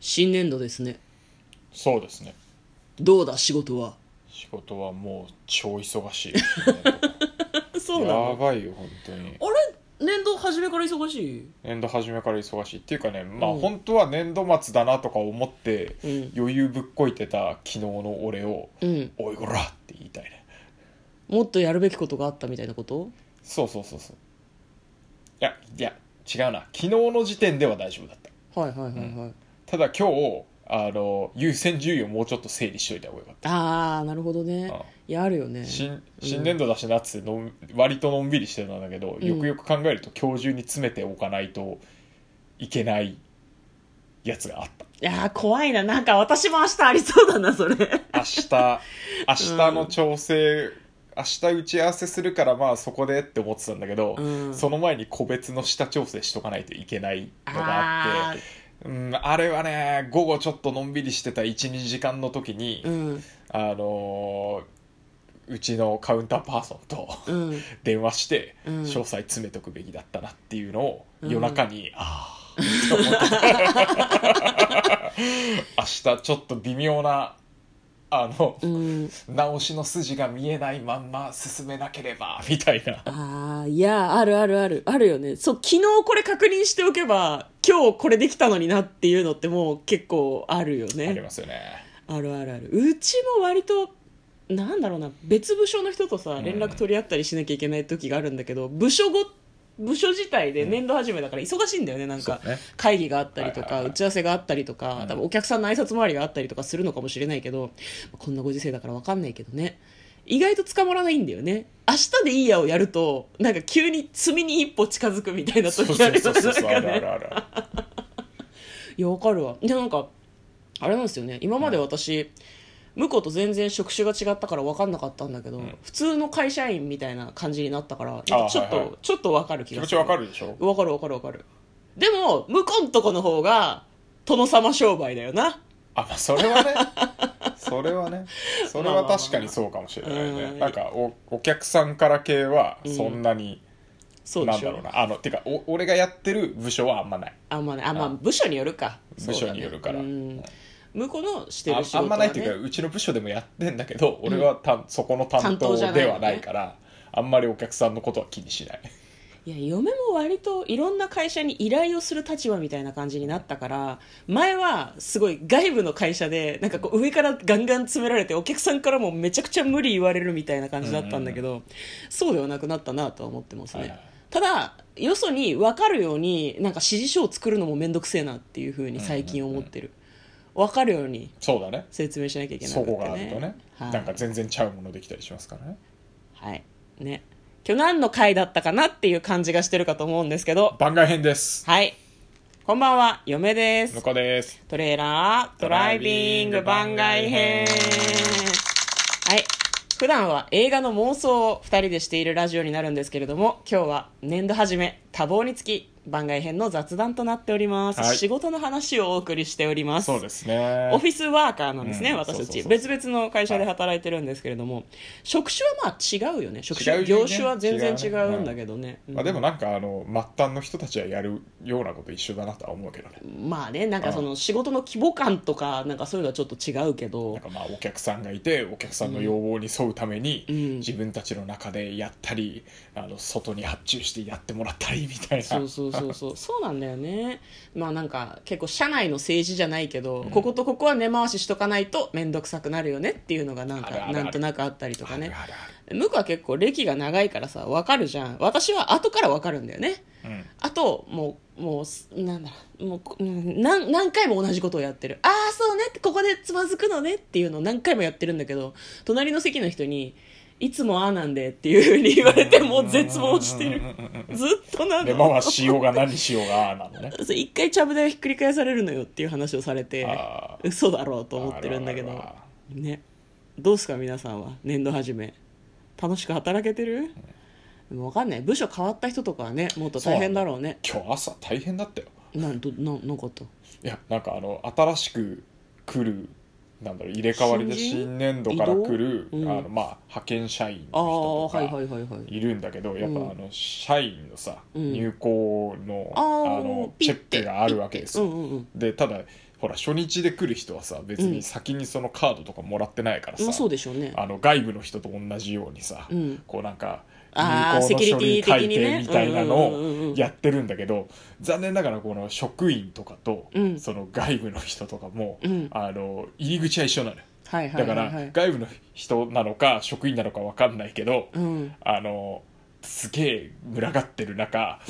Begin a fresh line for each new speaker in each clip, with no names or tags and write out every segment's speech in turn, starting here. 新年度ですね
そうですね
どうだ仕事は
仕事はもう超忙しい
そ
やばいよ本当に
あれ年度初めから忙し
年度初めから忙しいっていうかねまあ、
うん
本当は年度末だなとか思って
い
余裕ぶっこいてた昨日の俺を
うん、
「おいこら!」って言いたいね
もっとやるべきことがあったみたいなこと
そうそうそうそういやいや違うな昨日の時点では大丈夫だった
はいはいはいはい、
ただ今日あの優先順位をもうちょっと整理しといた方がよかっ
ああなるほどね
た、うん
いやあるよね
新新年度だしなっつってのん割とのんびりしてたんだけど、
うん
よくよく考えると今日中に詰めておかないといけないやつがあっ
いやー怖いななんか私も明日ありそうだなそ れ
た明日明日の調整、明日打ち合わせするからまあそこでって思ってたんだけど、
うん
その前に個別の下調整しとかないといけないのが
あ
あ
ー
ってうん、あれはね午後ちょっとのんびりしてた12時間の時に、
うん
あのーうちのカウンターパーソンと
うん
電話して
うん
詳細詰めとくべきだったなっていうのを
うん
夜中に、ああって思ってた 明日ちょっと微妙なあの、
うん
直しの筋が見えないまんま進めなければみたいな
ああいやあるあるあるあるよねそう昨日これ確認しておけば今日これできたのになっていうのってもう結構あるよね
ありますよね
あるあるあるうちも割となんだろうな別部署の人とさ
ん
連絡取り合ったりしなきゃいけない時があるんだけど、部署ご部署自体で年度始めだから忙しいんだよねなんか
そうね
会議があったりと
はいは
か
いは
打
い
ち合わせがあったりとか
うん
多分お客さんの挨拶回りがあったりとかするのかもしれないけどこんなご時世だから分かんないけどね意外と捕まらないんだよね明日でいいやをやるとなんか急に罪に一歩近づくみたいな
そう
時
そ
ある
う
よ
そうそう
なんか
ある
ね
あるある
いやわかるわでなんかあれなんですよね今まで私、向こうと全然職種が違ったから分かんなかったんだけど、
ん
普通の会社員みたいな感じになったからなんかちょっと、
はいはい
ちょっと分かる気
気
が
持
す
ち
る
わかるでしょ
分かる分かる分かるでも向こうんとこの方が殿様商売だよな
あまあそれはねそれはねそれは確かにそうかもしれない
まあまあまあ
ね
うん
なんかおお客さんから系はそんなに、
そうで
なん
し
だ
ょ
ろうなあのてかお俺がやってる部署はあんまない
あんまねあまあ
うん
部署によるか
部署によるか
そ
ら
うだねうん
うん
向こうのして
あ
る仕事
あ
は、ね、
んまないっていうかうちの部署でもやってんだけど俺はた、そこの担当ではないからあんまりお客さんのことは気にしない
いや嫁も割といろんな会社に依頼をする立場みたいな感じになったから前はすごい外部の会社でなんかこう上からガンガン詰められてお客さんからもめちゃくちゃ無理言われるみたいな感じだったんだけど、そうではなくなったなとは思ってますね、
はいはい
ただよそに分かるようになんか指示書を作るのも面倒くせえなっていうふうに最近思ってる、分かるように
そうだね
説明しなきゃいけなく
そ
てね
こがあるとね、
はい、
なんか全然ちゃうものできたりしますからね
はいね今日何の回だったかなっていう感じがしてるかと思うんですけど
番外編です
はい。こんばんは、嫁で
向
す。
こうです
トレーラードライビング番外編。はい。普段は映画の妄想を2人でしているラジオになるんですけれども、今日は年度初め、多忙につき、番外編の雑談となっております。
はい
仕事の話をお送りしております。
そうですね
オフィスワーカーなんですね、
うん
私た
そうそう
ち
そう
別々の会社で働いてるんですけれども、職種はまあ違うよね職種
違うよね
業種は全然違
違うね
うんだけどね、うん
まあ、でもなんかあの末端の人たちはやるようなこと一緒だなとは思うけどね
まあねなんかその仕事の規模感とかなんかそういうのはちょっと違うけど
なんかまあお客さんがいてお客さんの要望に沿うために、
うん
自分たちの中でやったりあの外に発注してやってもらったりみたいな
そうそうそう そうそうなんだよねまあなんか結構社内の政治じゃないけど、こことここは根回ししとかないと面倒くさくなるよねっていうのがなんか
あるあるある
なんとなくあったりとかね
あるある
向こうは結構歴が長いからさ分かるじゃん私は後から分かるんだよね
ある、うん
あともうもうなんだろうもうこうん何何回も同じことをやってるああそうねここでつまずくのねっていうのを何回もやってるんだけど隣の席の人に「いつもああなんで」っていうふうに言われてもう絶望してる
うんうんうんうん
ずっとな
でまあま
の
あしようが何しようがなのね
そう一回ちゃぶ台をひっくり返されるのよっていう話をされて
あー
嘘だろうと思ってるんだけ
ある
ど
あるある
ねどうすか皆さんは年度初め楽しく働けてる、でも分かんない部署変わった人とかはねもっと大変だろうね
今日朝大変だったよ
なんどななんかあった
いやなんかあの新しく来るなんだろう入れ替わりで
新人
新年度から来る、
移動うん
あのまあ、派遣社員
ああ
の人
はい
と
は
か
いはいはい
いるんだけど、やっぱ
うん
あの社員のさ、
うん
入校の
あ
あ
ー
の
ピ
チ
ッ
ェックがあるわけです
う
よ、
んうんうん
でただほら初日で来る人はさ別
うん
に先にそのカードとかもらってないからさ、
まあそうでしょうね
あの外部の人と同じようにさ、
うん
こうなんか
あー
入校の
セキュ
書類書
リ
い
ティ的に
て
ね
みたいな
う
の
んうんうんうん
をやってるんだけど残念ながらこの職員とかと、
うん
その外部の人とかも、
うん
あの入り口は一緒なのよ
はいはい
だか
はいは
ら
い
外部の人なのか職員なのか分かんないけど、
うん
あのすげえ群がってる中、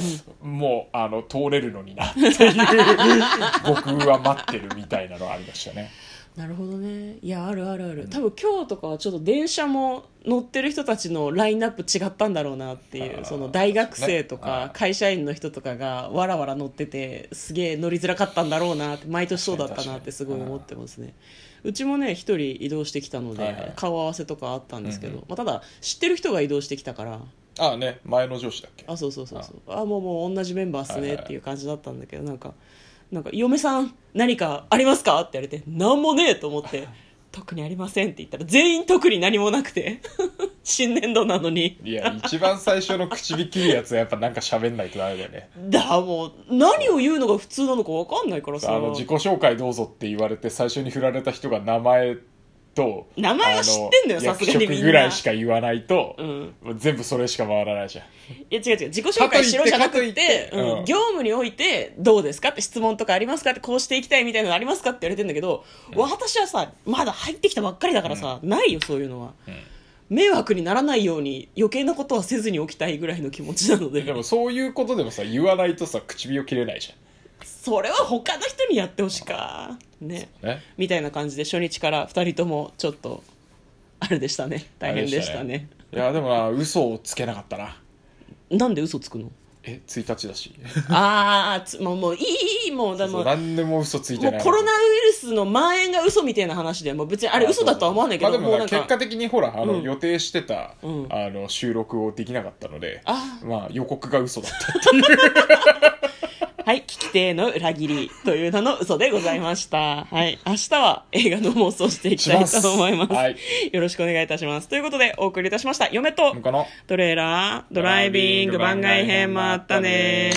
もうあの通れるのになっていう僕は待ってるみたいなのありましたね。
なるほどねいやあるあるある、多分今日とかはちょっと電車も乗ってる人たちのラインナップ違ったんだろうなってい
あ
う
ー
その大学生と
ねあ
か
ー
会社員の人とかがわらわら乗っててすげえ乗りづらかったんだろうなって毎年そうだったなってすごい思ってますねうちもね一人移動してきたので、
はいはい
顔合わせとかあったんですけど、
うんう
まあ、ただ知ってる人が移動してきたから
ああね前の上司だっけ
あそうそうそうそうあもうもう同じメンバーっす
はい
ね
はいはい
っていう感じだったんだけどなんか「なんか嫁さん何かありますか?」って言われて「何もねえ」と思 って「特にありません」って言ったら全員特に何もなくて 新年度なのに
いや一番最初の口引きるやつはやっぱなんか喋んないとダメだよね
だもう何を言うのが普通なのか分かんないから
あ
さ
の自己紹介どうぞって言われて最初に振られた人が名前と
名前は知ってんだよ
あの
さすがにみんな
役職ぐらいしか言わないと、
うん
全部それしか回らないじゃん
いや違う違う自己紹介しろじゃなくて
かといってかといって
うん
うん
業務においてどうですかって質問とかありますかってこうしていきたいみたいなのありますかって言われてんだけど、私はさまだ入ってきたばっかりだからさ、ないよそういうのは、迷惑にならないように余計なことはせずにおきたいぐらいの気持ちなので
でもそういうことでもさ言わないとさ唇を切れないじ
それは他の人にやってほしいかね
ゃんね
みたいな感じで初日から2人ともちょっとあれでしたね大変でしたね
いやでもな嘘をつけなかったな
なんで嘘つくの
え1日だし
ああつもうもういいいいもうだもう
何でも嘘ついて
もう
ない
コロナウイルスの蔓延が嘘みたいな話でもう別にあれ嘘だとは思わないけど
まあ、で
も
も
う
な
なんか
結果的にほらあの、
うん
予定してた、
うん
あの収録をできなかったので
あ
まあ、予告が嘘だった
はい聞き手の裏切りという名の嘘でございましたはい明日は映画の妄想していきたい
します
と思います
はい
よろしくお願いいたしますということでお送りいたしました嫁と
のかな
トレーラードライビング番外編もあったね